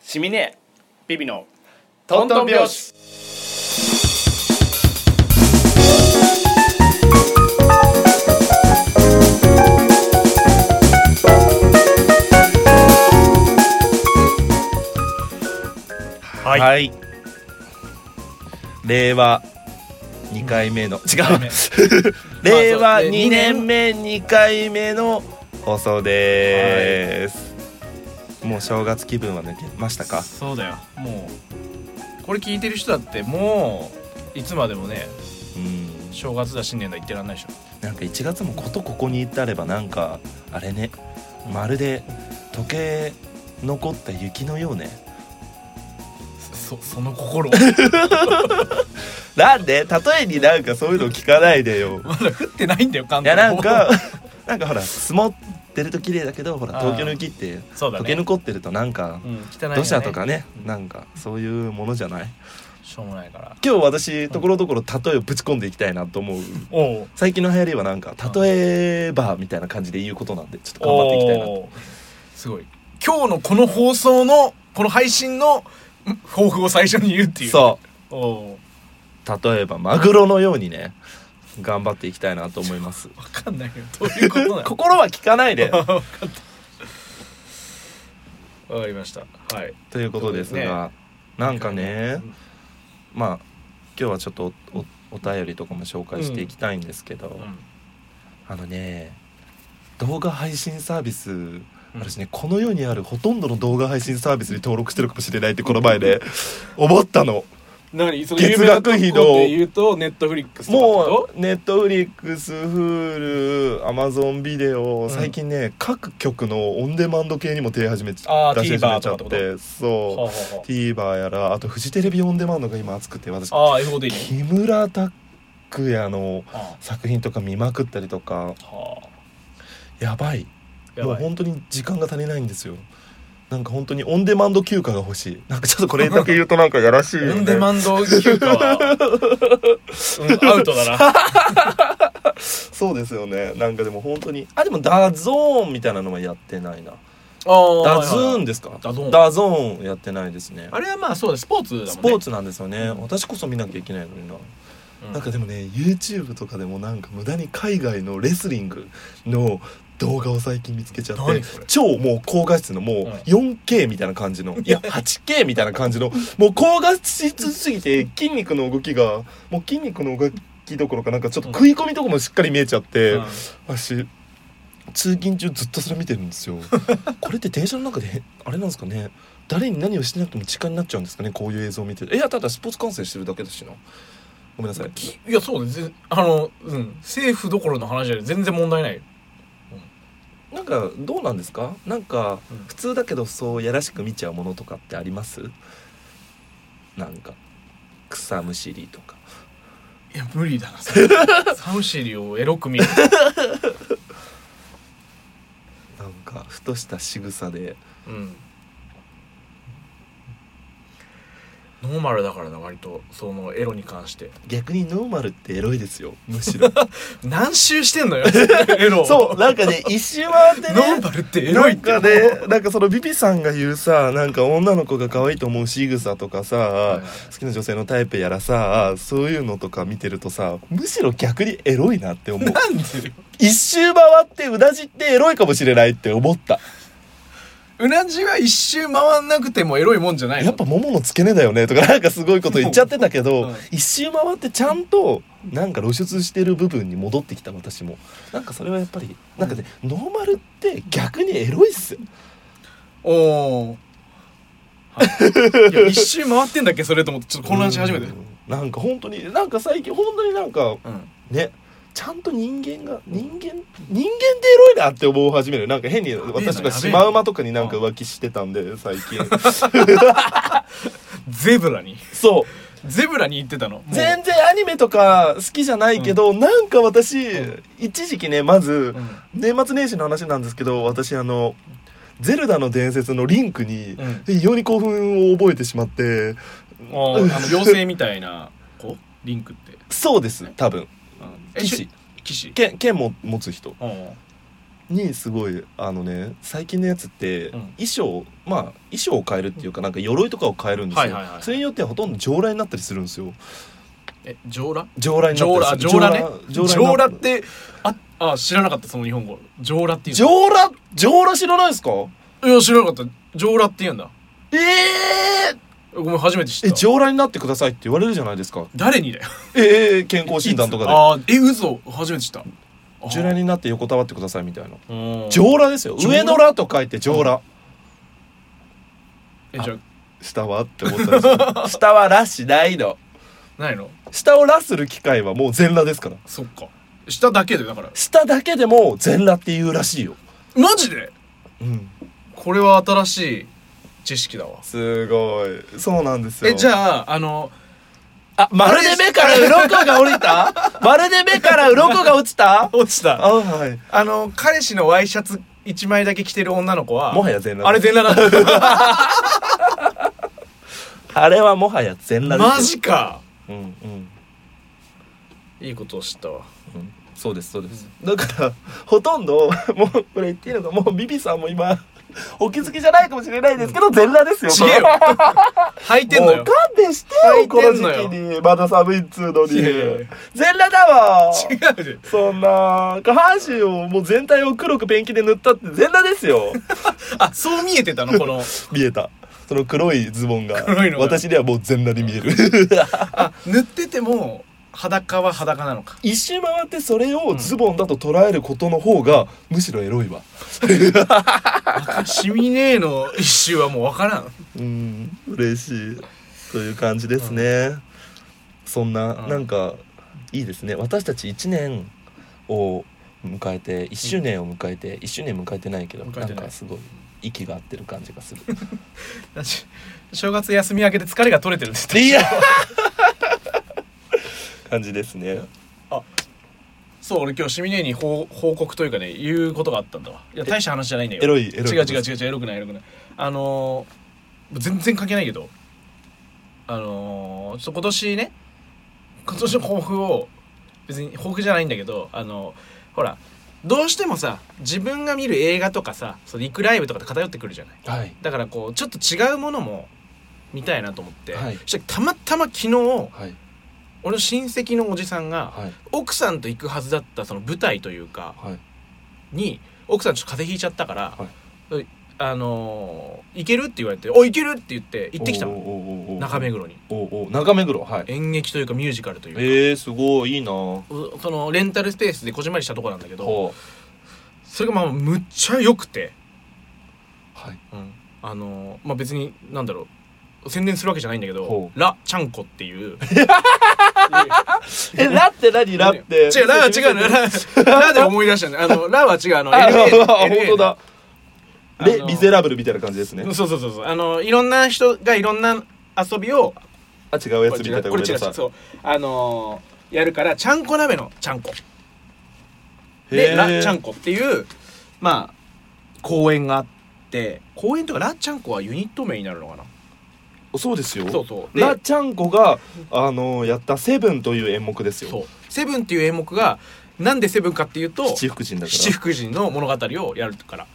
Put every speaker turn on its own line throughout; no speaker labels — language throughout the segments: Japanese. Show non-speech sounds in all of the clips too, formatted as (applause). シミネビビの
トントン拍子
は、
はいい、令和2回目の、違う令
まあ
和
そう
2年目2回目の放送です、もう正月気分は抜けましたか
そうだよもうこれ聞いてる人だってもういつまでもね
うん
正月だ新年だ言ってらんないでし
なんか1月もことここに至ればなんかあれねまるで溶け残った雪のようね
ょそその (laughs) 心
なんで例えになんかそういうの聞かないでよ
まだ降ってないんだよ関
いや
東
なんかなんかほら積もってると綺麗だけどほら
あー
東京の雪って
そうだ
溶け
ね、
残ってるとなんか
うん、汚いよね
土砂とかね
うん
なんかそういうものじゃない
しょうもないから
今日私ところどころ例えをぶち込んでいきたいなと思う
おう
最近の流行りはなんか例えばみたいな感じで言うことなんでちょっと頑張っていきたいなと
おうすごい今日のこの放送のこの配信のん抱負を最初に言うっていう
そう
おう
う例えばマグロのようにね頑張っていきたいなと思います
わかんないよどういうことなの (laughs)
心は聞かないで
わかりましたはい
ということですが、なんかねまあ今日はちょっとおおお便りとかも紹介していきたいんですけど、
うん
あのね動画配信サービス
うん
私ねこの世にあるほとんどの動画配信サービスに登録してるかもしれないってこの前で思ったの
何その
月額費
有名なと
の
こって言うとネットフリックス
も
と
うネットフリックス Hulu アマゾンビデオ
ん
最近ね、各局のオンデマンド系にも手始めち
あー
出し始めちゃっ
TVer とかって
てそう
はあは
TVer やらあとフジテレビオンデマンドが今熱くて私
あはあ、ああ F5 でいいね
木村拓哉の
あ
作品とか見まくったりとか
あは
やばい
あや
もう
ばい
本当に時間が足りないんですよなんか本当にオンデマンド休暇が欲しいなんかちょっとこれだけ言うとなんかやらしいよね
オンデマンド休暇
(laughs)
は、うん、アウトだな
そうですよねなんかでも本当にあでもダゾーンみたいなのはやってないなダズーンですか
ダゾーン
ダゾーンやってないですね
あれはまあそうだスポーツだもんね
スポーツなんですよね、
うん
私こそ見なきゃいけないのにな、
うん
なんかでもね YouTube とかでもなんか無駄に海外のレスリングの動画を最近見つけちゃって
何それ
超もう高画質のもう 4K みたいな感じの、いや 8K みたいな感じの
(laughs)
もう高画質すぎて筋肉の動きがもう筋肉の動きどころかなんかちょっと食い込みとかもしっかり見えちゃって、
うん
私通勤中ずっとそれ見てるん
(laughs)
ですよこれって電車の中でへあれなんですかね誰に何をしてなくても時間になっちゃうんですかねこういう映像を見てるいやただスポーツ観戦してるだけだしなごめんなさい
きいやそうだねあの、うん、政府どころの話じゃない全然問題ないよ
なんかどうなんですかなんか
うん
普通だけどそうやらしく見ちゃうものとかってありますなんか草むしりとか
いや無理
(laughs)
だなそれサムシリをエロく見る
なんかふとした仕草で
うんノーマルだからな割とそのエロに関して
逆にノーマルってエロいですよむ
(laughs)
しろ
何周してん
(laughs)
のよエロ
そうなんかね一周回ってね
ノーマルってエ
な
ロいっ
ん
て
かねなんかそのビビさんが言うさなんか女の子が可愛いと思う仕草とかさ、
い
好きな女性のタイプやらさそういうのとか見てるとさむしろ逆にエロいなって思う
なんでよ
一周回ってうなじってエロいかもしれないって思った
うなじは一周回んなくてもエロいもんじゃないの
やっぱももの付け根だよねとかなんかすごいこと言っちゃってたけど、
うん
一周回ってちゃんとなんか露出してる部分に戻ってきた私もなんかそれはやっぱりなんかね、ノーマルって逆にエロいっすよ
おお、はい、いや一周回ってんだっけそれと思ってちょっと混乱し始めて
うんなんか本当になんか最近本当になんか
うん
ねちゃんと人間が人間人間ってエロいなって思う始めるなんか変に私とかシマウマとかになんか浮気してたんで最近
(laughs) ゼブラに
そう
ゼブラに行ってたのもう
全然アニメとか好きじゃないけど、なんか私、一時期ねまず、
うん
年末年始の話なんですけど私あの「ゼルダの伝説」のリンクに、
うん
非常に興奮を覚えてしまって
あーあの妖精みたいな子リンクって、
そうです多分
うん、
騎士
騎士
剣剣も持つ人
うん
にすごいあのね最近のやつって、
うん
衣装まあ衣装を変えるっていうかなんか鎧とかを変えるんですよ、
はいはいはい
それによってはほとんど上来になったりするんですよ
え上羅
上来にな
上
った
羅
りする
上羅ね
上羅
上
上羅
羅ってああ知らなかったその日本語上羅っていう
上羅上羅知らないですか
いや知らなかった上羅って言うんだ
ええ
ごめん初めて知
え
った
上来になってくださいって言われるじゃないですか
誰にだよ
ええ健康診断とかで
あーえ嘘初めて知ったあー
上来になって横たわってくださいみたいな
うん
上羅ですよ
上羅
上の羅と書いて上羅、
えじゃ
下はって思ったんですよ (laughs) 下はらしないの
あないの
下をらする機会はもう全裸ですから
そっか下だけでだから
下だけでも全裸っていうらしいよ
マジで
うん
これは新しい知識だわ
すごいそうなんですよ
えじゃああの
あまるで目から鱗が降り (laughs) たまるで目から鱗が落ちた
落ちた
あはい
あの彼氏のワイシャツ一枚だけ着てる女の子は
もはや全裸
あれ全裸なんだ
あれはもはや全 (laughs) 裸
マ
です
ジか
マジうんうん
いいことを知った
(laughs)
わ
うんそうですそうです、だからほとんど (laughs) もうこれ言っていいのかもうビビさんも今 (laughs) お気づきじゃないかもしれないですけど全裸ですよ
違えよ履いてんの
もう
よ
勘弁して
入
よ
っ
こ
て
の
んのよ
時期にまだ寒いっつうのに
いやいやいや
全裸だわ
違うで
そんな下半身をもう全体を黒くペンキで塗ったって全裸で
(laughs)
すよ
あそう見えてたのこの
見えたその黒いズボンが
黒いのが
私にはもう全裸に見える
(laughs) あ塗ってても裸は裸なのか
一周回ってそれをズボンだと捉えることの方がむしろエロいわ
シミネーの一周はもうわからん
うん嬉しいという感じですね、そんな、
うん
なんかいいですね私たち1年を迎えて1周年を迎えて、1周年迎えてないけど
迎えて
な
なんい
かすごい息が合ってる感じがする
(laughs) 私正月休み明けで疲れが取れてるんです
いや感じですね
そう俺今日シミネーに報報告というかね言うことがあったんだわいや大した話じゃないんだよ
エロいエロい
違う違う違う違うエロくないエロくないあのー全然関係ないけどあのーちょっと今年ね今年の抱負を別に抱負じゃないんだけどあのーほらどうしてもさ自分が見る映画とかさその行くライブとかで偏ってくるじゃない
はい
だからこうちょっと違うものも見たいなと思って、
はい
そしてたまたま昨日
はい
俺の親戚のおじさんが
はい
奥さんと行くはずだったその舞台というか
はい
に奥さんちょっと風邪ひいちゃったから、
は
あのー行けるって言われて「お行ける!」って言って行ってきた
おー
の
おーおーおー
中目黒に
おーおー中目黒はい
演劇というかミュージカルというか、
えー、すごいいいなほ
おそのレンタルスペースでこじんまりしたとこなんだけど
う
それがまあむっちゃ良くて、
はい
あのーまあ別になんだろう宣伝するわけじゃないんだけど
ほ
「ラ・ちゃんこ」っていう
(laughs) えラって何ラって
違う、ラは違うのよ。
(laughs)
ララで思い出したね。あの、ラは違う、あの、
あ、
LA の
あ本当だ。
あの
で、リゼラブルみたいな感じですね
LA。のそうそうそうそう。あの、いろんな人がいろんな遊びを、
あ、違うや
こ
つ
れ
見
違
方
う、
ご
こ
め
れ
ん
違う、
なさい。
そう。あのー、やるから、ちゃんこ鍋のちゃんこ。
へ
で、
ー
ラちゃんこっていう、まあ、公演があって、公演とか、ラちゃんこはユニット名になるのかな。
そうですよ。
そうそうで
ラちゃんこがあのやったセブンという演目です
そ
よ。
う。セブンっていう演目が、なんでセブンかっていうと、
七福神だから。
七福神の物語をやるから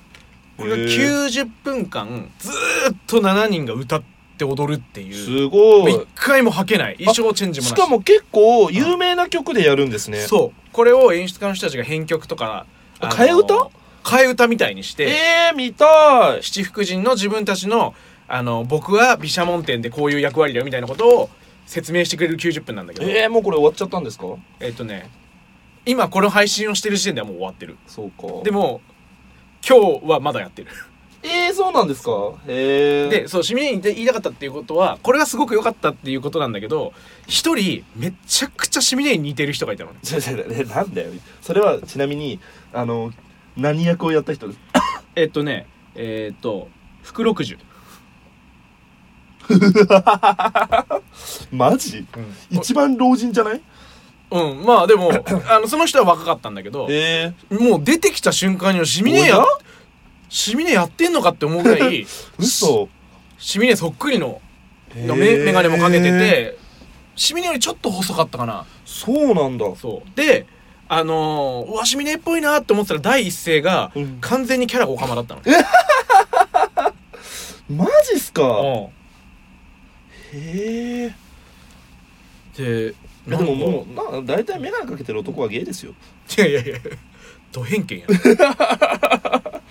これが
へー
90分間ずーっと7人が歌って踊るっていう
すご
一
い。
回も吐けない衣装チェンジもな
し
し
かも結構有名な曲でやるんですね。
そうこれを演出家の人たちが編曲とかあの
替え歌
替え歌みたいにして
えー、見たい。
七福神の自分たちのあの僕は毘沙門天でこういう役割だよみたいなことを説明してくれる90分なんだけどえ
えー、もうこれ終わっちゃったんですか。
っとね今この配信をしてる時点ではもう終わってる
そうか。
でも今日はまだやってる
えー、そうなんですか。へえ。
で、そう、シミネに言いたかったっていうことは、これがすごく良かったっていうことなんだけど、一人、めちゃくちゃシミネに似てる人がいたのね。
違う違う (laughs) 違うえなんだよ。それはちなみにあの何役をやった人です。
えっとね、えっと、福六十。
マジ？
うん。
一番老人じゃない？
うん、まあでも、あの、その人は若かったんだけど、
ええ
もう出てきた瞬間にはシミネや
おや、
シミネやってんのかって思うぐら (laughs) い、
嘘
シミネそっくりの、
メ
メメガネもかけてて、シミネよりちょっと細かったかな。
そうなんだ
そう。で、あのー、うわしみねっぽいなって思ってたら第一声が、
うん
完全にキャラがオカマだったの
マジっすか
うん
へえ
で
でもも
う
うな大体眼鏡かけてる男はゲイですよ
いやいやいやド偏見や
へ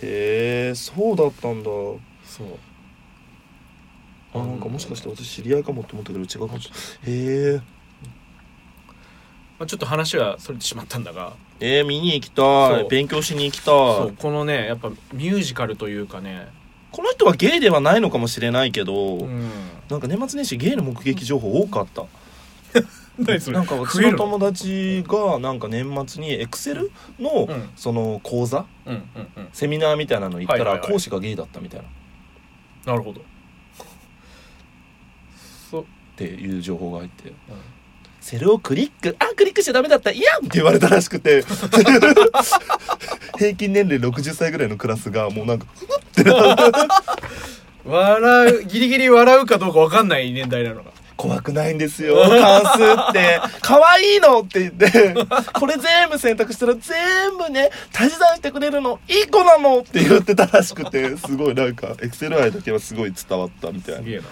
えそうだったんだ
そう
あなんかもしかして私知り合いかもって思ったけど違うかもしれないへ
まあ、ちょっと話はそれてしまったんだが、
ええー、見に行きた
そ
いう勉強しに行きた
そ
いう
このねやっぱミュージカルというかね、
この人はゲイではないのかもしれないけど、
うん、
なんか年末年始ゲイの目撃情報多かった、
何それ
なんか私
増える
の
の
友達がなんか年末にエクセルの
うん
その講座
うんうんうん
セミナーみたいなの行った
はい
ら
はいはい
講師がゲイだったみたいなっ
なるほどそう
ていう情報が入って「セルをクリックあクリックしちゃダメだったいや!」って言われたらし
(laughs)
くて平均年齢60歳ぐらいのクラスがもうなんか「
笑うギリギリ笑うかどうかわかんない年代なのが
怖くないんですよ関数って可愛いのって言ってこれ全部選択したら全部ね足し算してくれるのいい子なのって言ってたらしくてすごいなんかエクセル愛だけはすごい伝わったみた
す
いな
げえな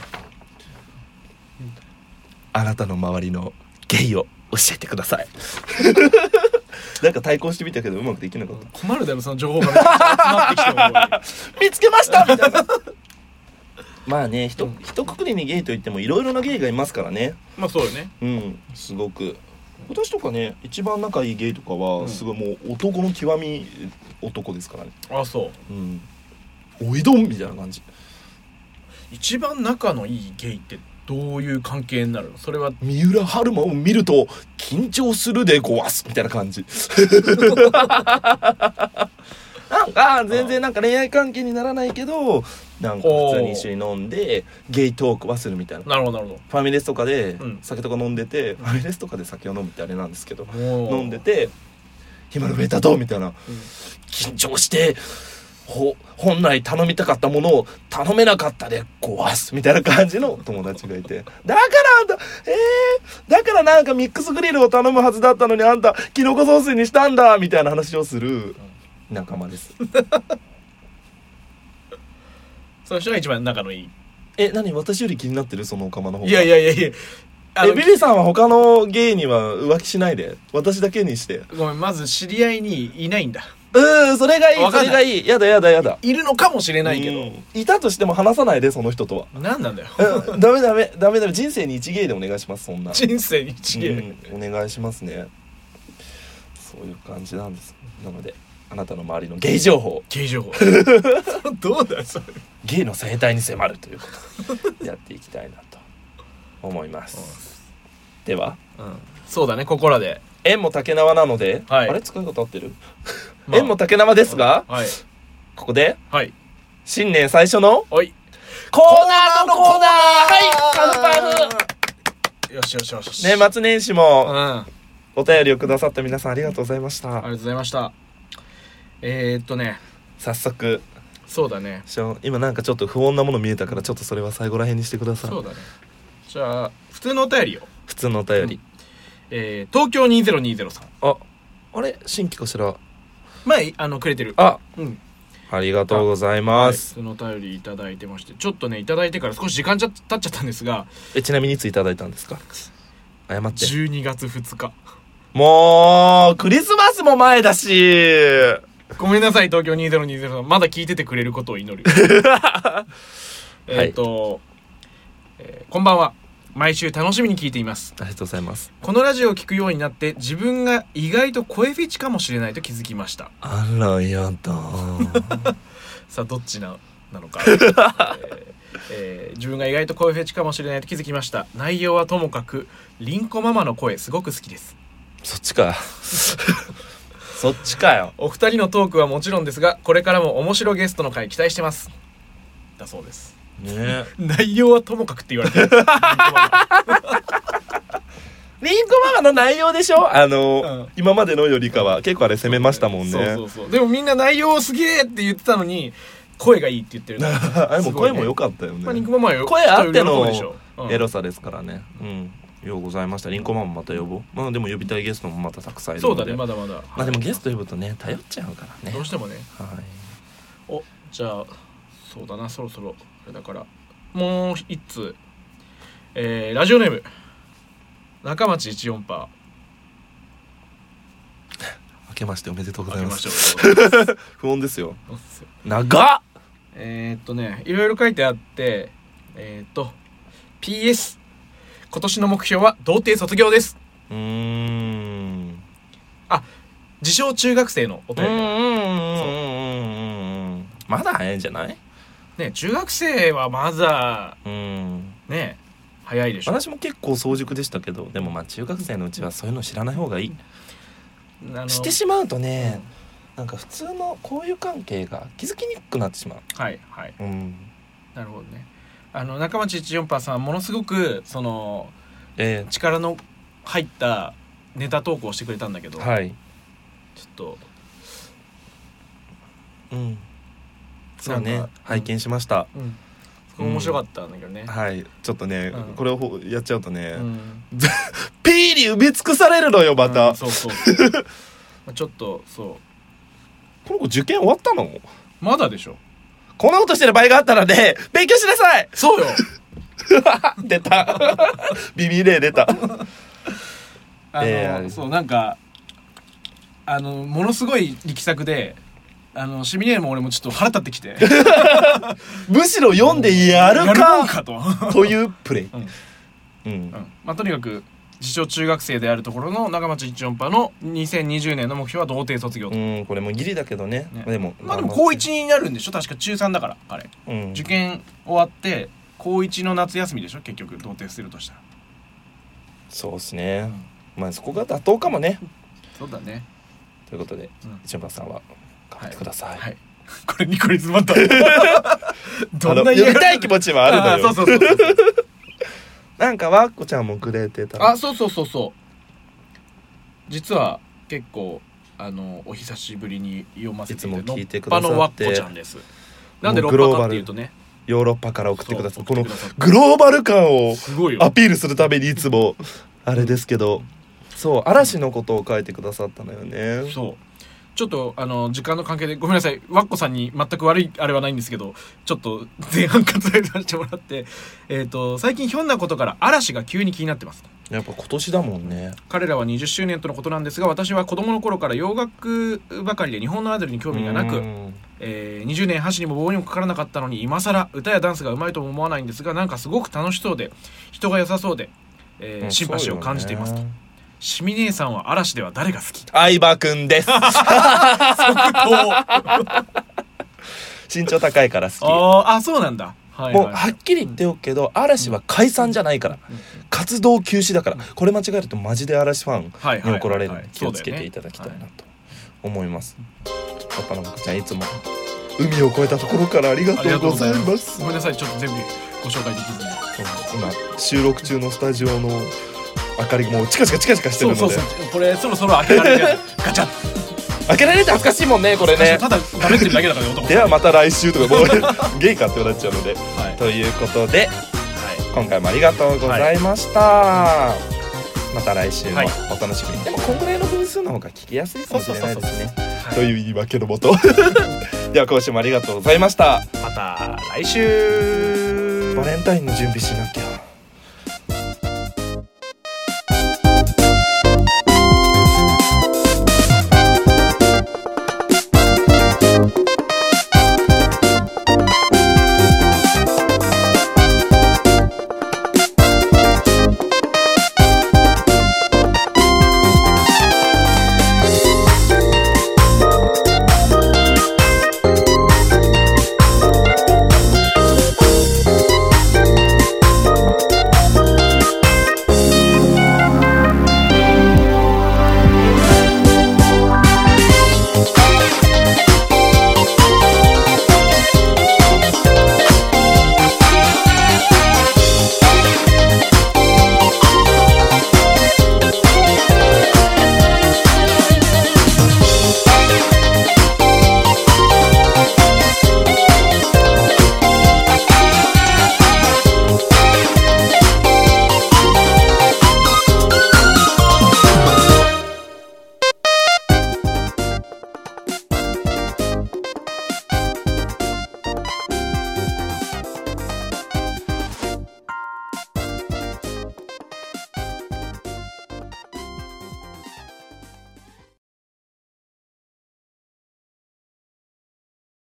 あなたの周りのゲイを教えてくだ (laughs) さいなんか対抗してみたけどうまくできなかった
困るだろその情報がめっちゃ集ま (laughs) ってきて
見つけましたみたいな (laughs) まあねひとひとくくりにゲイといってもいろいろなゲイがいますからね
もまあそうよね
うんすごく私とかね一番仲いいゲイとか
うん
はすごいもう男の極み男ですからね
あそう
うんおいどんみたいな感じ
一番仲のいいゲイってどういう関係になるのそれは
三浦春馬を見ると緊張するでごわすみたいな感じなんか全然なんか恋愛関係にならないけどなんか普通に一緒に飲んでゲイトークはするみたいな
なるほどなるほ
ファミレスとかで
うん
酒とか飲んでて、ファミレスとかで酒を飲むってあれなんですけど
どもう
飲んでて「今のベタどう?」みたいな、緊張してほ本来頼みたかったものを頼めなかったで壊すみたいな感じの友達がいて「だからあんたえー、だからなんかミックスグリルを頼むはずだったのにあんたキノコソースにしたんだ」みたいな話をする仲間です。
その人が一番仲のいい
え何私より気になってるそのおかまの方
いやいやいやいやあ
え
の
ビビさんは他の芸には浮気しないで私だけにして
ごめんまず知り合いにいないんだ
うーんそれがいい
わ
そ
かん
れ
ない
がいいやだやだやだ
いるのかもしれないけ
う
ど
んいたとしても話さないでその人
(laughs)
とは
何なんだよ
うんダメダメダメダメ人生に一芸でお願いしますそんな
人生に一芸
うんお願いしますねそういう感じなんですなのであなたの周りのゲイ情報
ゲイ情報 (laughs) どうだよそれ
ゲイの生態に迫るということでやっていきたいなと思いますでは
うんそうだねここらで
縁も竹縄なので、
はい
あれ使い方合ってる、
まあ
縁も竹縄ですが、
はい
ここで
はい
新年最初の
おい
コーナーのコーナーはい乾杯
よしよしよしよし
年末年始
うん
も
あり
お便りをくださった皆さんありがとうございました、
がとうございましたえー、っとね
早速
そうだね
しょ今なんかちょっと不穏なもの見えたからちょっとそれは最後らへんにしてください
そうだねじゃあ普通のお便りを、
普通のお便り、
えー、東京2020さん
ああれ新規かしら
前あのくれてる
あ
うん
ありがとうございます、
そのお便りいただいてましてちょっとねいただいてから少し時間ちゃ経っちゃったんですが
えちなみにいついただいたんですか謝って
12月2日
もうクリスマスも前だし
ごめんなさい東京2020さんまだ聞いててくれることを
(laughs)
祈るえっと、えーこんばんは毎週楽しみに聞いています
ありがとうございます
このラジオを聞くようになって自分が意外と声フェチかもしれないと気づきました
あらやだ
(laughs) さあどっちななの
(laughs)
か、えーえー自分が意外と声フェチかもしれないと気づきました内容はともかくりんこママの声すごく好きです
そっ
(laughs)
ちかそっちかよ
お二人のトークはもちろんですがこれからも面白ゲストの回期待してますだそうです
ね
内容はともかくって言われて (laughs) るりんこマ
リンコママの内容でしょあ
う
の、
ん
今までのよりかは結構あれ攻めましたもんね
マそうそうそうでもみんな内容すげえって言ってたのに声がいいって言ってる
(laughs) あれも声も良
く
かったよね
まあ、りんこママはよ
声あっての
人喜ぶでしょうん
エロさですからね、うん、ようございましたリンコマンもまた呼ぼうまあでも呼びたいゲストもまたたくさんいる
そ
の
う
で
だねまだまだ、
まあでもゲスト呼ぶとね頼っちゃうからね
どうしてもね
はい
おじゃあそうだなそろそろあれだからもう一通えー、ラジオネーム中町14パ
明けましておめでとうご
ー
ざい
け
ま
ますしょうござい
(laughs) 不穏ですよ
(laughs) ます
長っ
えー、っとねいろいろ書いてあってえー、っと PS 今年の目標は童貞卒業です
うーん
自称中学生のお
うんう
便
ん
り
うんうんうんまだ早いんじゃない
ね中学生はまだ
うん
ね早いでしょ
私も結構早熟でしたけどでもまあ中学生のうちはそういうの知らない方がいい
あの
してしまうとね、なんか普通の交友関係が気づきにくくなってしまう
はいはい
うん
なるほどねあの中町一四パーさんはものすごくその
え
力の入ったネタ投稿をしてくれたんだけど、
えはい
ちょっと
うんそう
な
ね
んか
拝見しました、
うんそこ面白かったんだけどね、
はいちょっとね、
うん
これをほやっちゃうとね、
うん
ピーに埋め尽くされるのよまた、
うんそうそうそう
(laughs)
まあちょっとそ
この子受験終わったの
うまだでしょ
こんなことしてる場合があった
(laughs)
らね勉強しなさい (laughs)
そうよ
出た (laughs) ビビレ出た (laughs)
あの、
えー
そうなんかあのものすごい力作であのシミネーも俺もちょっと腹立ってきて
むしろ読んでやる
やるもん
か
かと、う
というプレイ、うん
んまあ、とにかく自称中学生であるところの中町一音波の2020年の目標は童貞卒業と、
うんこれもギリだけどね
ね
でも
まあでも高1になるんでしょ確か中3だから彼
うん
受験終わって高1の夏休みでしょ結局童貞するとしたら、
そうですね、まあそこが妥当かもね
そうだね
ということで
うん
一番さんは頑張ってください、
はいこれにこれ詰
(laughs)
まった
あの読みたい気持ちもあるのよ
(laughs) あそうそうそうそう
なんかわっこちゃんもくれてた
あそうそうそうそう実は結構あのお久しぶりに読ませていた
いつも聞いてく
ロ
だ
ッパ
さって
のわっこちゃんですなんで
も
ロ
うグ
ッ
ロー
パか
バ
っ
ル
ていうとね
ヨーロッパから送ってください
そ
こ
う
の
送ってくださって
グローバル感を
すごいよ
アピールするためにいつもあれですけどそう嵐のことを書いてくださったのよね
そうちょっとあの時間の関係でごめんなさいわっこさんに全く悪いあれはないんですけどちょっと前半割愛させてもらってえっ、と最近ひょんなことから嵐が急に気になってます
やっぱ今年だもんね
彼らは20周年とのことなんですが私は子供の頃から洋楽ばかりで日本のアイドルに興味がな
う
く、
ん
えー20年箸にも棒にもかからなかったのに今更歌やダンスがうまいとも思わないんですがなんかすごく楽しそうで人が良さそうで、えー
うん
シンパシーを感じていますと、
そうよね
シミ姉さんは嵐では誰が好き
相葉くんです (laughs)
あ
(laughs) 身長高いから好き
ーあそうなんだはい、
もう
はい、
はっきり言っておくけど嵐は解散じゃないから
うんうん
活動休止だからこれ間違えるとマジで嵐ファン
はい
に怒られる
は
ん
い
で
はい
気をつけていただきたいなと思いますパパのもかちゃんいつも海を越えたところからありが
あり
と
がと
う
う
ご
ござ
ざい
いま
ます
ごめんなさいちょっと全部ご紹介できずに
今収録中のスタジオの明かりがもうチカチカチカチカして
そうそ
るの
う
で
そうこれそろそろ開けられるガチャッ
開けられて恥ずかしいもんねこれね
ただ食べてるだけだからね男
ではまた来週とかもう
(laughs)
ゲイかってなっちゃうので
はい、
ということで
はい
今回もありがとうございました、また来週も
はい
お楽しみに、でもこんぐらいの分数の方が聞きやすいかもしれないですね
そうそうそうそう
という言い訳のもと (laughs) では今週もありがとうございました
また来週
バレンタインの準備しなきゃ